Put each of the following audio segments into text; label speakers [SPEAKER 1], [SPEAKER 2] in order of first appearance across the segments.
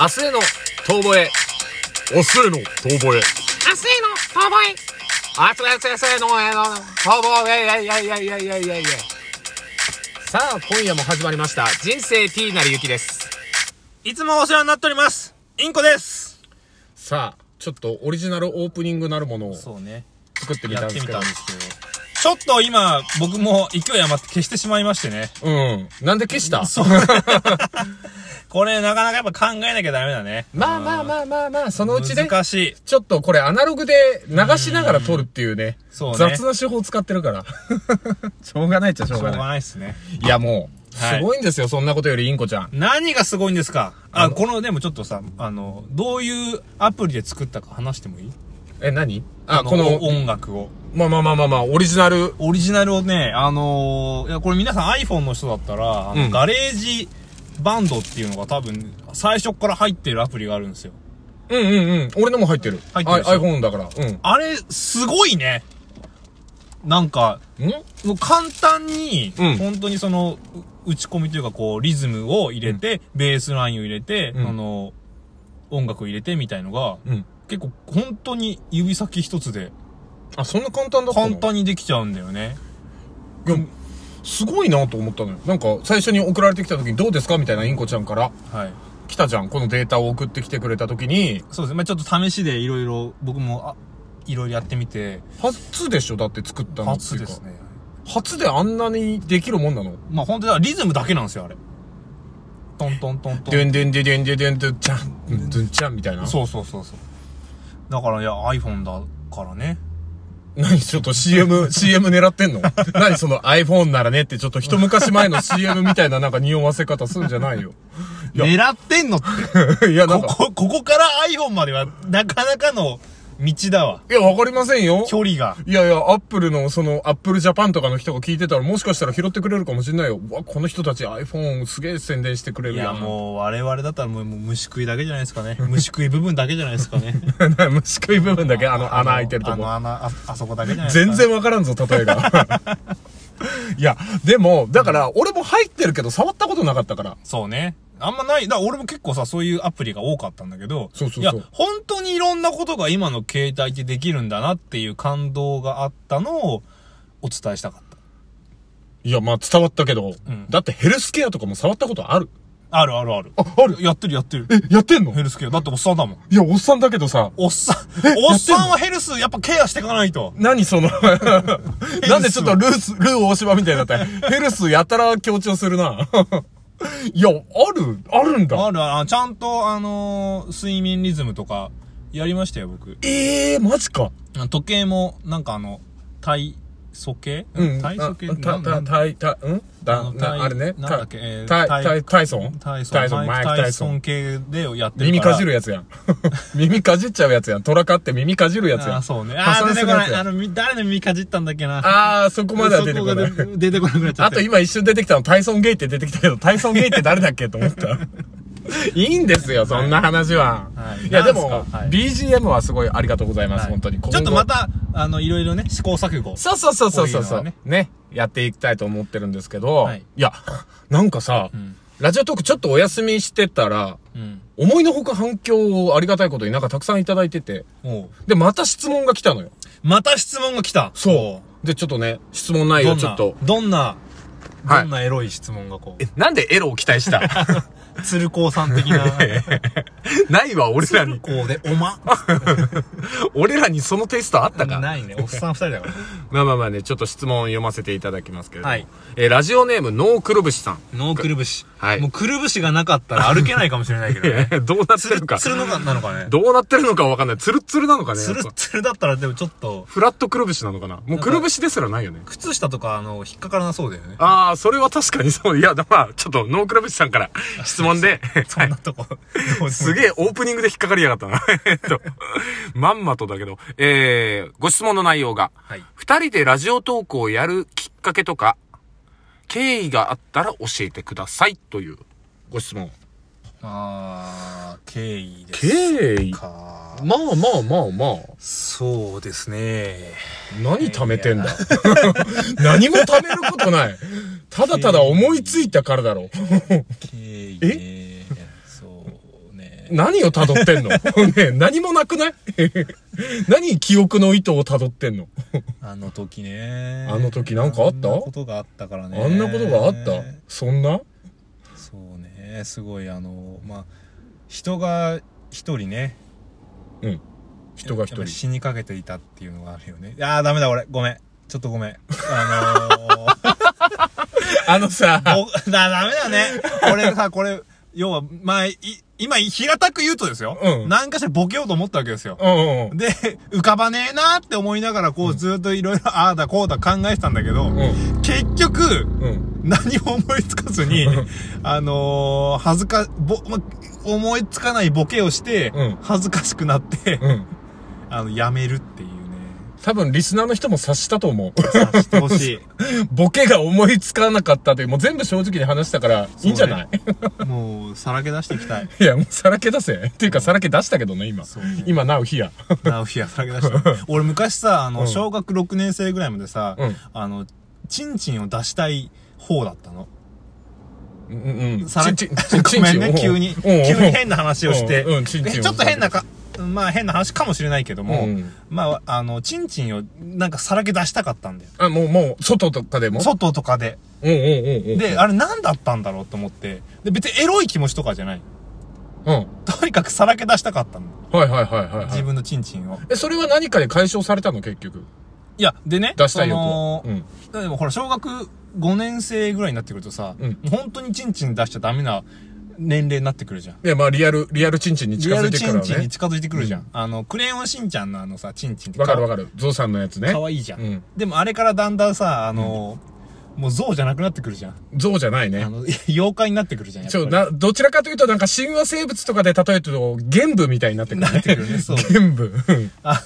[SPEAKER 1] 明日への遠吠え。明日への遠吠え。
[SPEAKER 2] 明日への遠吠え
[SPEAKER 1] 明日への遠吠え。いやいやいやいやいやいやさあ、今夜も始まりました。人生 T なりゆきです。
[SPEAKER 2] いつもお世話になっておりますインコです
[SPEAKER 1] さあ、ちょっとオリジナルオープニングなるものを
[SPEAKER 2] そうね
[SPEAKER 1] 作ってみた
[SPEAKER 2] や
[SPEAKER 1] ん
[SPEAKER 2] っ
[SPEAKER 1] で
[SPEAKER 2] て
[SPEAKER 1] す
[SPEAKER 2] み
[SPEAKER 1] け
[SPEAKER 2] た
[SPEAKER 1] ど
[SPEAKER 2] ん。ですけどちょっと今僕も勢い余って消してしまいましてね
[SPEAKER 1] うん。なんで消した
[SPEAKER 2] そう これなかなかやっぱ考えなきゃダメだね
[SPEAKER 1] まあまあまあまあまあ、そのうちね、
[SPEAKER 2] 難しい
[SPEAKER 1] ちょっとこれアナログで流しながら撮るっていうね、
[SPEAKER 2] そうね
[SPEAKER 1] 雑な手法使ってるから。 しょうがないっちゃしょう
[SPEAKER 2] しょうが
[SPEAKER 1] がない。
[SPEAKER 2] ないっすね
[SPEAKER 1] いやもう、
[SPEAKER 2] はい
[SPEAKER 1] すごいんですよ、そんなことよりインコちゃん。
[SPEAKER 2] 何がすごいんですかあ
[SPEAKER 1] あの
[SPEAKER 2] このでもちょっとさあのどういうアプリで作ったか話してもいい
[SPEAKER 1] え、何あ、この、
[SPEAKER 2] 音楽を
[SPEAKER 1] まあまあまあまあまあ、オリジナル。
[SPEAKER 2] オリジナルをね、あのーいや、これ皆さん iPhone の人だったら、あの
[SPEAKER 1] うん
[SPEAKER 2] ガレージバンドっていうのが多分、最初から入ってるアプリがあるんですよ。
[SPEAKER 1] うんうんうん。俺のも入ってる。
[SPEAKER 2] 入ってるでしょ
[SPEAKER 1] あ iPhone だから。うん。
[SPEAKER 2] あれ、すごいね。なんか、
[SPEAKER 1] ん
[SPEAKER 2] もう簡単に、
[SPEAKER 1] うん
[SPEAKER 2] 本当にその、う打ち込みというか、こう、リズムを入れて、ベースラインを入れて、
[SPEAKER 1] うん
[SPEAKER 2] あの、音楽を入れてみたいのが、
[SPEAKER 1] うん。
[SPEAKER 2] 結構、本当に指先一つで、
[SPEAKER 1] あ、そんな簡単だった
[SPEAKER 2] 簡
[SPEAKER 1] の
[SPEAKER 2] 単にできちゃうんだよね。
[SPEAKER 1] いやすごいなと思ったのよ。なんか、最初に送られてきた時にどうですかみたいなインコちゃんから
[SPEAKER 2] はい。
[SPEAKER 1] 来たじゃん。このデータを送ってきてくれた時に、
[SPEAKER 2] そうですね。まあちょっと試しでいろいろ、僕も、あ、いろいろやってみて、
[SPEAKER 1] 初でしょだって作ったのって
[SPEAKER 2] 初
[SPEAKER 1] いう
[SPEAKER 2] で
[SPEAKER 1] か
[SPEAKER 2] すね。
[SPEAKER 1] 初であんなにできるもんなの
[SPEAKER 2] まあ本当だからリズムだけなんですよ、あれ。トントントント
[SPEAKER 1] で
[SPEAKER 2] ン。
[SPEAKER 1] んでんでんでんでんでんでんちゃん、でんでんちゃんみたいな。
[SPEAKER 2] そうそうそうそう。だから、いや、iPhone だからね。
[SPEAKER 1] 何ちょっと CM、CM 狙ってんの 何その iPhone ならねってちょっと一昔前の CM みたいななんか匂わせ方するんじゃないよ。 いや
[SPEAKER 2] 狙ってんのって。
[SPEAKER 1] いや、なん
[SPEAKER 2] こ
[SPEAKER 1] か、
[SPEAKER 2] こ、ここから iPhone までは、なかなかの道だわ。
[SPEAKER 1] いや、わかりませんよ。
[SPEAKER 2] 距離が。
[SPEAKER 1] いやいや、アップルの、その、アップルジャパンとかの人が聞いてたら、もしかしたら拾ってくれるかもしれないよ。うわ、この人たち iPhone すげえ宣伝してくれ
[SPEAKER 2] い
[SPEAKER 1] るや
[SPEAKER 2] や、
[SPEAKER 1] ん。
[SPEAKER 2] もう、我々だったらもう、もう虫食いだけじゃないですかね。虫食い部分だけじゃないですかね。
[SPEAKER 1] 虫食い部分だ け、あの、穴開いてるとこ。
[SPEAKER 2] あの穴、あ、あそこだけじゃないですか、
[SPEAKER 1] 全。然わからんぞ、例えが。 いや、でも、だから、俺も入ってるけど、触ったことなかったから。
[SPEAKER 2] そうね。あんまない。だから俺も結構さ、そういうアプリが多かったんだけど。
[SPEAKER 1] そうそう
[SPEAKER 2] や
[SPEAKER 1] そう、
[SPEAKER 2] 本当にいろんなことが今の携帯ってできるんだなっていう感動があったのをお伝えしたかった。
[SPEAKER 1] いや、まあ、伝わったけど、
[SPEAKER 2] うん
[SPEAKER 1] だってヘルスケアとかも触ったことある。
[SPEAKER 2] あるあるある。
[SPEAKER 1] あ、ある
[SPEAKER 2] やってるやってる。
[SPEAKER 1] え、やってんの
[SPEAKER 2] ヘルスケア。だっておっさんだもん。
[SPEAKER 1] いや、おっさんだけどさ、
[SPEAKER 2] おっさん、おっさんはヘルスやっぱケアしていかないと。
[SPEAKER 1] 何その、 なんでちょっとルース、ルー大芝みたいになったヘルスやたら強調するな。 いや、ある、あるんだ。
[SPEAKER 2] あるある。ちゃんとあのー睡眠リズムとかやりましたよ、僕。
[SPEAKER 1] ええー、マジか。
[SPEAKER 2] 時計も、なんかあの、体素計
[SPEAKER 1] うん。
[SPEAKER 2] 体素計
[SPEAKER 1] あた、
[SPEAKER 2] な
[SPEAKER 1] た、
[SPEAKER 2] ん
[SPEAKER 1] た、いた、ん
[SPEAKER 2] あ
[SPEAKER 1] だ、
[SPEAKER 2] の
[SPEAKER 1] な、
[SPEAKER 2] 体
[SPEAKER 1] あれね。
[SPEAKER 2] なんだっけえー
[SPEAKER 1] タイ、
[SPEAKER 2] 体
[SPEAKER 1] タイ、タイソン
[SPEAKER 2] タイソン。
[SPEAKER 1] マイク・
[SPEAKER 2] タ
[SPEAKER 1] タ
[SPEAKER 2] イ
[SPEAKER 1] イ
[SPEAKER 2] ソ
[SPEAKER 1] ソ
[SPEAKER 2] ン
[SPEAKER 1] ン。
[SPEAKER 2] 系でやってるから。
[SPEAKER 1] 耳かじるやつやん。 耳かじっちゃうやつやん。虎かって耳かじるやつやん。
[SPEAKER 2] あーそうね。
[SPEAKER 1] 破
[SPEAKER 2] あー、
[SPEAKER 1] 産す
[SPEAKER 2] 出て
[SPEAKER 1] る
[SPEAKER 2] こ
[SPEAKER 1] や
[SPEAKER 2] な
[SPEAKER 1] つ
[SPEAKER 2] い。
[SPEAKER 1] や
[SPEAKER 2] あ
[SPEAKER 1] ん
[SPEAKER 2] の、み誰の耳かじったんだっけな。
[SPEAKER 1] あー、そこ
[SPEAKER 2] そ
[SPEAKER 1] までは出てこない。
[SPEAKER 2] が出出てこなくなっちゃっ
[SPEAKER 1] あ
[SPEAKER 2] た。
[SPEAKER 1] と今一瞬出てきたの、タイソンゲイって出てきたけど、タイソンゲイって誰だっけと思った。いいんですよ、そんな話は。
[SPEAKER 2] はい
[SPEAKER 1] い、や、で
[SPEAKER 2] な
[SPEAKER 1] も
[SPEAKER 2] ん、すかはい
[SPEAKER 1] BGM はすごいありがとうございます、
[SPEAKER 2] はい
[SPEAKER 1] 本当に。
[SPEAKER 2] ちょっとま
[SPEAKER 1] た。
[SPEAKER 2] た、あの、いろいろね、試行錯誤。
[SPEAKER 1] そうそうそうそうそう
[SPEAKER 2] こういうのはね
[SPEAKER 1] ね。やっていきたいと思ってるんですけど、
[SPEAKER 2] はい
[SPEAKER 1] い、や、なんかさ、
[SPEAKER 2] ん
[SPEAKER 1] ラジオトークちょっとお休みしてたら、
[SPEAKER 2] うん。
[SPEAKER 1] 思いのほか反響をありがたいことになんかたくさんいただいてて、
[SPEAKER 2] おう
[SPEAKER 1] で、また質問が来たのよ。
[SPEAKER 2] また質問が来た。お
[SPEAKER 1] そう。で、ちょっとね、質問内
[SPEAKER 2] ど
[SPEAKER 1] 容
[SPEAKER 2] ん
[SPEAKER 1] ちょ
[SPEAKER 2] な、
[SPEAKER 1] っと。
[SPEAKER 2] どんな、
[SPEAKER 1] はい
[SPEAKER 2] どんなエロい質問がこ
[SPEAKER 1] え、なんでエロを期待した
[SPEAKER 2] う、鶴光さん的 な、
[SPEAKER 1] ないわ、俺ら
[SPEAKER 2] 鶴。光で、おま、
[SPEAKER 1] 俺らにそのテストあった
[SPEAKER 2] ないね。おっさん二人 だから。
[SPEAKER 1] まあまあまあね、ちょっと質問を読ませていただきますけれども。
[SPEAKER 2] はい
[SPEAKER 1] えーラジオネーム、ノーくるぶしさん。
[SPEAKER 2] ノーくるぶし。
[SPEAKER 1] はい
[SPEAKER 2] もうくるぶしがなかったら歩けないかもしれない けどね。
[SPEAKER 1] どうなってるか。
[SPEAKER 2] 鶴のか、なのかね。
[SPEAKER 1] どうなってるのかわかんない。ツルッツルなのかね。
[SPEAKER 2] 鶴
[SPEAKER 1] やっぱ、
[SPEAKER 2] 鶴だったらでもちょっと、
[SPEAKER 1] フラットくるぶしなのかな。もうくるぶしですらないよね。
[SPEAKER 2] 靴下とか、あの、引っかからなそうだよね。
[SPEAKER 1] ああ、それは確かにそう。いや、まあ、ちょっと、ノーくるぶしさんから質問 で。
[SPEAKER 2] そんなとこ。
[SPEAKER 1] す
[SPEAKER 2] え。
[SPEAKER 1] げえオープニングで引っかかりやがったな。 えっと、まんまとだけど。えー、ご質問の内容が、
[SPEAKER 2] はい。
[SPEAKER 1] 二人でラジオトークをやるきっかけとか、経緯があったら教えてくださいというご質問。
[SPEAKER 2] あー、経緯です。
[SPEAKER 1] 経緯
[SPEAKER 2] か。
[SPEAKER 1] まあまあまあまあ。
[SPEAKER 2] そうですね。
[SPEAKER 1] 何貯めてんだ 何も貯めることない。ただただ思いついたからだろ。
[SPEAKER 2] 経緯ね。そうね。
[SPEAKER 1] 何を辿ってんの ねえ何もなくない 何記憶の糸を辿ってんの
[SPEAKER 2] あの時ね。
[SPEAKER 1] あの時なんかあった
[SPEAKER 2] あんなことがあったからね。
[SPEAKER 1] あんなことがあったそんな
[SPEAKER 2] そうね。すごい、あの、まあ、人が一人ね、
[SPEAKER 1] うん。人が一
[SPEAKER 2] やっぱ
[SPEAKER 1] 人。
[SPEAKER 2] 死にかけていたっていうのがあるよね。ああ、ダメだ、俺。ごめん。ちょっとごめん。あ
[SPEAKER 1] あのさ、
[SPEAKER 2] のー、お だダメだね。俺さ、これ、要は、まあ、い今、平たく言うとですよ。
[SPEAKER 1] うん
[SPEAKER 2] なんかしらボケようと思ったわけですよ。
[SPEAKER 1] うんうんうん。
[SPEAKER 2] で、浮かばねえなーって思いながら、こう、ずっといろいろ、ああだこうだ考えてたんだけど、
[SPEAKER 1] ん
[SPEAKER 2] 結局、
[SPEAKER 1] うん。
[SPEAKER 2] 何も思いつかずに、あのー、恥ずか、ぼ、ま、思いつかないボケをして、
[SPEAKER 1] うん
[SPEAKER 2] 恥ずかしくなって、
[SPEAKER 1] うん。
[SPEAKER 2] あの、やめるっ ていうね。
[SPEAKER 1] 多分リスナーの人も察したと思う。
[SPEAKER 2] 察してほし
[SPEAKER 1] ボケが思いつかなかったという、もう全部正直に話したから、いいんじゃない、
[SPEAKER 2] い。もう、さらけ出していきたい。
[SPEAKER 1] いや、もうさらけ出せ。 っていうか、さらけ出したけどね、今。
[SPEAKER 2] そうね
[SPEAKER 1] 今、なお、ひや。
[SPEAKER 2] なおひやさらけ出した。俺昔さ、あ
[SPEAKER 1] う
[SPEAKER 2] の、
[SPEAKER 1] ん
[SPEAKER 2] 小学6年生ぐらいまでさ、
[SPEAKER 1] うん
[SPEAKER 2] あの、チンチンを出したい方だったの。
[SPEAKER 1] うんうん。
[SPEAKER 2] さら
[SPEAKER 1] ちん
[SPEAKER 2] ごめんね、急に、急に変
[SPEAKER 1] な
[SPEAKER 2] な話をして。
[SPEAKER 1] うんうんチンチンを
[SPEAKER 2] でちょっと変なか、まあ変な話かもしれないけども、
[SPEAKER 1] うん
[SPEAKER 2] まあ、あの、チンチンをなんかさらけ出したかったんだよ。
[SPEAKER 1] あ、もう、もう、外とかでも
[SPEAKER 2] 外とかで。
[SPEAKER 1] うんうんうんうん。
[SPEAKER 2] で、あれ何だったんだろうと思って。で、別にエロい気持ちとかじゃない。
[SPEAKER 1] うん。
[SPEAKER 2] とにかくさらけ出したかったの。
[SPEAKER 1] はいはいはいはい、は
[SPEAKER 2] 自
[SPEAKER 1] い。
[SPEAKER 2] 分のチンチンを。
[SPEAKER 1] え、それは何かで解消されたの、結局。
[SPEAKER 2] いや、でね、
[SPEAKER 1] 出したい欲
[SPEAKER 2] そ
[SPEAKER 1] は
[SPEAKER 2] の。
[SPEAKER 1] う、ん。
[SPEAKER 2] でもほら、小学5年生ぐらいになってくるとさ、
[SPEAKER 1] うん
[SPEAKER 2] もう本当にチンチン出しちゃダメな年齢になってくるじゃん。
[SPEAKER 1] いや、まあ、リアル、リアルチンチンに近
[SPEAKER 2] リア
[SPEAKER 1] づい
[SPEAKER 2] ル
[SPEAKER 1] てく
[SPEAKER 2] チ
[SPEAKER 1] から
[SPEAKER 2] ン
[SPEAKER 1] ね。
[SPEAKER 2] チンに近づいてくるじゃん。
[SPEAKER 1] うん
[SPEAKER 2] あの、クレヨンしんちゃんのあのさ、チンチンって
[SPEAKER 1] わかるわ
[SPEAKER 2] か
[SPEAKER 1] かる。ゾウさんのやつね
[SPEAKER 2] か。わいいじゃん,、
[SPEAKER 1] うん
[SPEAKER 2] でもあれからだんだんさ、あの、もう象じゃなくなってくるじゃん。
[SPEAKER 1] ゾウじゃないね
[SPEAKER 2] あ。の、 妖怪になってくるじゃん。やっ
[SPEAKER 1] ち
[SPEAKER 2] ぱり
[SPEAKER 1] ょ、な、どちらかというと、なんか神話生物とかで例えると、玄武みたいになってくる、ね。
[SPEAKER 2] なってくるねそう
[SPEAKER 1] 玄武。うん
[SPEAKER 2] あ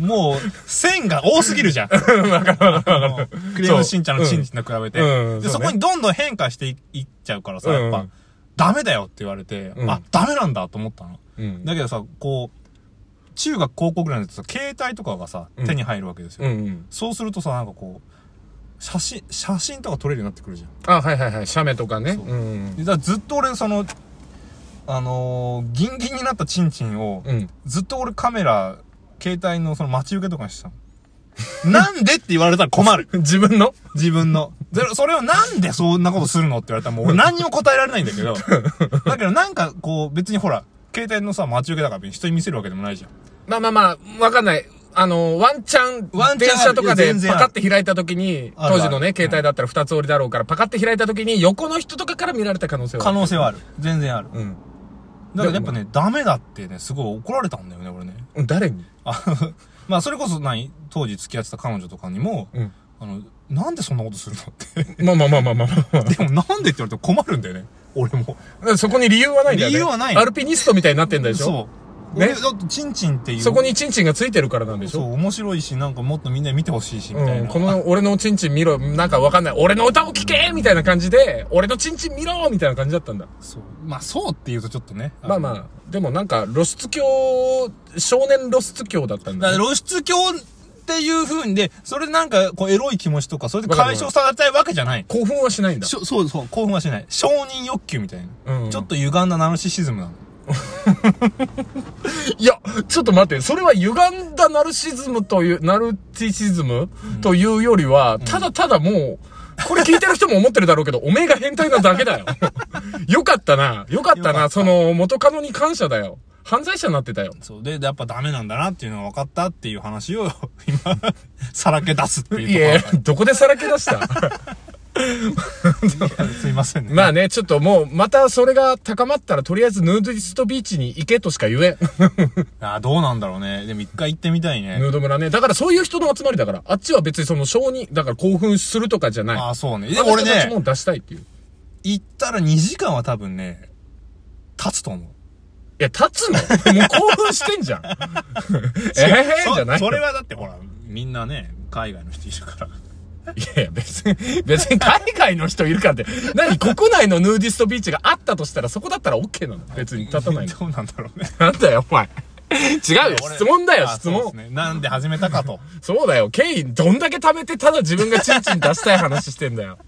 [SPEAKER 2] の、もう、線が多すぎるじ ゃん。あのクレヨンしんちゃんのしんちんと比べて。
[SPEAKER 1] うんうん
[SPEAKER 2] で
[SPEAKER 1] そう
[SPEAKER 2] そ
[SPEAKER 1] ね
[SPEAKER 2] こにどんどん変化していいっちゃうからさ、やっ
[SPEAKER 1] う
[SPEAKER 2] ぱ
[SPEAKER 1] ん、
[SPEAKER 2] ダメだよって言われて、
[SPEAKER 1] うん
[SPEAKER 2] あ、ダメなんだと思ったの。
[SPEAKER 1] うん。
[SPEAKER 2] だけどさ、こう、中学高校ぐらいの時さ、携帯とかがさ、
[SPEAKER 1] うん
[SPEAKER 2] 手に入るわけですよ。
[SPEAKER 1] うんうん。
[SPEAKER 2] そうするとさ、なんかこう、写真、写真とか撮れるようになってくるじゃん。
[SPEAKER 1] あ、はいはいはい。写メとかね。
[SPEAKER 2] そう
[SPEAKER 1] うん
[SPEAKER 2] でだからずっと俺、その、あのーギンギンになったチンチンを、
[SPEAKER 1] うん。 うん。
[SPEAKER 2] ずっと俺カメラ、携帯のその待ち受けとかにしてたの。なんでって言われたら困る。
[SPEAKER 1] 自分の
[SPEAKER 2] 自分の。でそれをなんでそんなことするのって言われたらもう 俺何にも答えられないんだけど。だけどなんかこう別にほら、携帯のさ、待ち受けだから別に人に見せるわけでもないじゃん。
[SPEAKER 1] まあまあまあ、わかんない。あの、ワンチャン、
[SPEAKER 2] ワンチャン
[SPEAKER 1] 電車とか
[SPEAKER 2] いや
[SPEAKER 1] で
[SPEAKER 2] 全然あ
[SPEAKER 1] パ
[SPEAKER 2] る
[SPEAKER 1] カって開いた時に、
[SPEAKER 2] あるあ
[SPEAKER 1] 当
[SPEAKER 2] る
[SPEAKER 1] 時のね、携帯だったら二つ折りだろうから、パカって開いた時に、横の人とかから見られた可能性は。
[SPEAKER 2] 可能性はある。全然ある。
[SPEAKER 1] うん。
[SPEAKER 2] だけどやっぱね、ダメだってね、すごい怒られたんだよね、俺ね。
[SPEAKER 1] うん。誰に
[SPEAKER 2] あの まあそれこそ何当時付き合ってた彼女とかにも、
[SPEAKER 1] うん。
[SPEAKER 2] あの、なんでそんなことするのって。
[SPEAKER 1] まあまあまあまあまあまあ
[SPEAKER 2] でもなんでって言われたら困るんだよね。俺も。
[SPEAKER 1] まあ。 そこに理由はないんだよね。
[SPEAKER 2] 理由はない
[SPEAKER 1] アルピニストみたいになってんだでしょ
[SPEAKER 2] そう。
[SPEAKER 1] ね
[SPEAKER 2] ね。だって、チンチンっていう。
[SPEAKER 1] そこにチンチンがついてるからなんでし
[SPEAKER 2] そ
[SPEAKER 1] ょ
[SPEAKER 2] う、面白いし、なんかもっとみんなに見てほしいし、みたい
[SPEAKER 1] うん、
[SPEAKER 2] な。
[SPEAKER 1] この俺のチンチン見ろ、なんかわかんない、俺の歌を聴けみたいな感じで、俺のチンチン見ろみたいな感じだったんだ。
[SPEAKER 2] そう。まあ、そうっていうとちょっとね。
[SPEAKER 1] まあ
[SPEAKER 2] の。
[SPEAKER 1] まあ、でもなんか露出狂、少年露出狂だったん
[SPEAKER 2] だ
[SPEAKER 1] だ、
[SPEAKER 2] から
[SPEAKER 1] ね。
[SPEAKER 2] 露出狂っていう風にで、それでなんか、こう、エロい気持ちとか、それで解消されたいわけじゃない。
[SPEAKER 1] 興奮はしないんだ。
[SPEAKER 2] しょそうそう、興奮はしない。承認欲求みたいな。
[SPEAKER 1] うん
[SPEAKER 2] ちょっと歪んだナルシシズムなの。
[SPEAKER 1] いや、ちょっと待って、それは歪んだナルシズムという、ナルティシズムというよりは、ただただもう、これ聞いてる人も思ってるだろうけど、おめえが変態なだけだよ。 よかったな、よかった
[SPEAKER 2] よか
[SPEAKER 1] な、
[SPEAKER 2] った
[SPEAKER 1] その元カノに感謝だよ。犯罪者になってたよ。
[SPEAKER 2] そう。で、やっぱダメなんだなっていうのが分かったっていう話を、 今、さらけ出すって
[SPEAKER 1] い
[SPEAKER 2] いう
[SPEAKER 1] や
[SPEAKER 2] とこ、
[SPEAKER 1] どこでさらけ出した
[SPEAKER 2] ろ。すいませんね。
[SPEAKER 1] まあね、ちょっともう、またそれが高まったら、とりあえずヌードリストビーチに行けとしか言えん。
[SPEAKER 2] ああ、どうなんだろうね。でも一回行ってみたいね
[SPEAKER 1] ヌ。ード村ね。だからそういう人の集まりだから、あっちは別にその承認、だから興奮するとかじゃない。
[SPEAKER 2] ああ、そうね。
[SPEAKER 1] あ
[SPEAKER 2] で
[SPEAKER 1] の
[SPEAKER 2] も
[SPEAKER 1] 人
[SPEAKER 2] 俺
[SPEAKER 1] たちも
[SPEAKER 2] ね、
[SPEAKER 1] 出したいっていう。い
[SPEAKER 2] 行ったら2時間は多分ね、経つと思う。
[SPEAKER 1] や、立つのもう興奮してんじゃ ん。ええ
[SPEAKER 2] そ
[SPEAKER 1] ー、じゃない
[SPEAKER 2] それはだってほら、みんなね、海外の人いるから。
[SPEAKER 1] いやいや、別に、別に海外の人いるからって。何国内のヌーディストビーチがあったとしたら、そこだったら OK なの別に立たないの。
[SPEAKER 2] どう なんだろうね。
[SPEAKER 1] なんだよ、お前。違うよ、
[SPEAKER 2] 俺
[SPEAKER 1] 質問だよ、
[SPEAKER 2] あ
[SPEAKER 1] 質
[SPEAKER 2] そう
[SPEAKER 1] 問
[SPEAKER 2] です。ね。なんで始めた かと。
[SPEAKER 1] そうだよ、ケインどんだけ貯めてただ自分がチンチン出したい話してんだよ。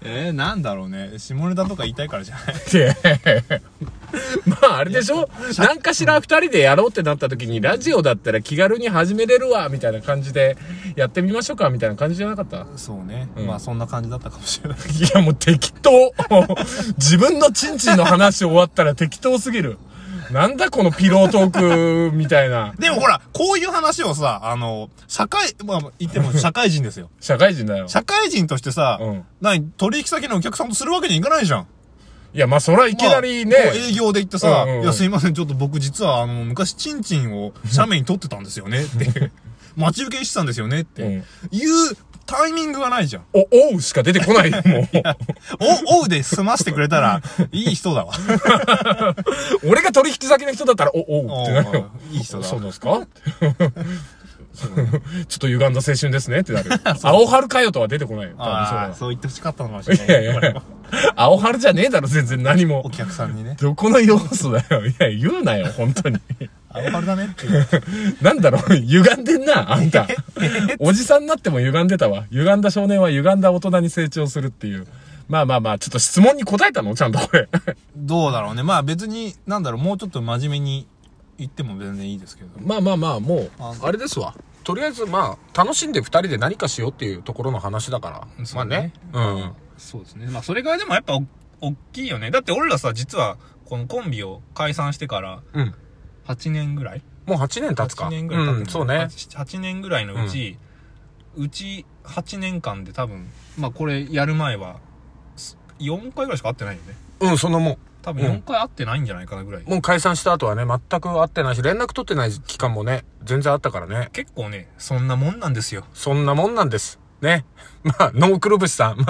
[SPEAKER 2] えー、なんだろうね。下ネタとか言いたいからじゃない
[SPEAKER 1] いやいやいや まああれでしょ何かしら二人でやろうってなった時に、ラジオだったら気軽に始めれるわ、みたいな感じで、やってみましょうか、みた いな感じじゃなかった
[SPEAKER 2] そうね、 まあそんな感じだったかもしれない
[SPEAKER 1] いやもう適当 自分のチンチンの話終わったら適当すぎる。なんだこのピロートークみたいな。
[SPEAKER 2] でもほらこういう話をさあの社会まあ言っても社会人ですよ
[SPEAKER 1] 社会人だよ。
[SPEAKER 2] 社会人としてさ、
[SPEAKER 1] うん
[SPEAKER 2] 何取引先のお客さんとするわけにいかないじゃん
[SPEAKER 1] いや、まあそらいきなりね
[SPEAKER 2] まあもう。営業で行ってさ、
[SPEAKER 1] うんうんうん
[SPEAKER 2] いや、すいません、ちょっと僕実は、あの、昔、チンチンを斜面に取ってたんですよね、って。 待ち受けしてたんですよね、って。
[SPEAKER 1] うん
[SPEAKER 2] いうタイミングがないじゃん。
[SPEAKER 1] お、おうしか出てこないよ、もう。
[SPEAKER 2] お、おうで済ませてくれ たら、いい人だわ。
[SPEAKER 1] 俺が取引先の人だったら、お、おうってなるよ。
[SPEAKER 2] いい人だ
[SPEAKER 1] そう
[SPEAKER 2] わ。
[SPEAKER 1] ですかちょっと歪んだ青春ですねってなるよ。青春かよとは出てこないよ。多分それ
[SPEAKER 2] ああ、
[SPEAKER 1] は
[SPEAKER 2] そう言ってほしかったのかもしれない
[SPEAKER 1] い。やいやいや、青春じゃねえだろ、全然何
[SPEAKER 2] お
[SPEAKER 1] も。
[SPEAKER 2] 客さんにね、
[SPEAKER 1] どこの要素だよ。いや、言うなよ、本当に。
[SPEAKER 2] あれだねっていう。
[SPEAKER 1] なんだろう、歪んでんな、あんた。おじさんになっても歪んでたわ。歪んだ少年は歪んだ大人に成長するっていう。まあまあまあ、ちょっと質問に答えたのちゃんとこれ。
[SPEAKER 2] どうだろうね。まあ別に、なんだろう、もうちょっと真面目に言っても全然いいですけど。
[SPEAKER 1] まあまあまあ、もう
[SPEAKER 2] あ
[SPEAKER 1] あれですわ。とりあえず、まあ、楽しんで二人で何かしようっていうところの話だから。
[SPEAKER 2] そうね
[SPEAKER 1] まあね。
[SPEAKER 2] そうですね。まあ、それがでもやっぱお、大きいよね。だって俺らさ、実は、このコンビを解散してから、
[SPEAKER 1] うん。うん。
[SPEAKER 2] 8年ぐらい
[SPEAKER 1] もう8年経つか。
[SPEAKER 2] 8年ぐらい経って
[SPEAKER 1] うん、
[SPEAKER 2] る
[SPEAKER 1] そうね。
[SPEAKER 2] 8 8年ぐらいのうち、うち8年間で多分、まあ、これやる前は、す4回ぐらいしか会ってないよね。
[SPEAKER 1] うん、そのも
[SPEAKER 2] 多分
[SPEAKER 1] うん
[SPEAKER 2] 4回会ってないんじゃないかなぐらい。
[SPEAKER 1] う、もう解散した後はね、全く会ってないし、連絡取ってない期間もね、全然あったからね。
[SPEAKER 2] 結構ね、そんなもんなんですよ。
[SPEAKER 1] そんなもんなんです。ね。まあ、ノークルブシさん。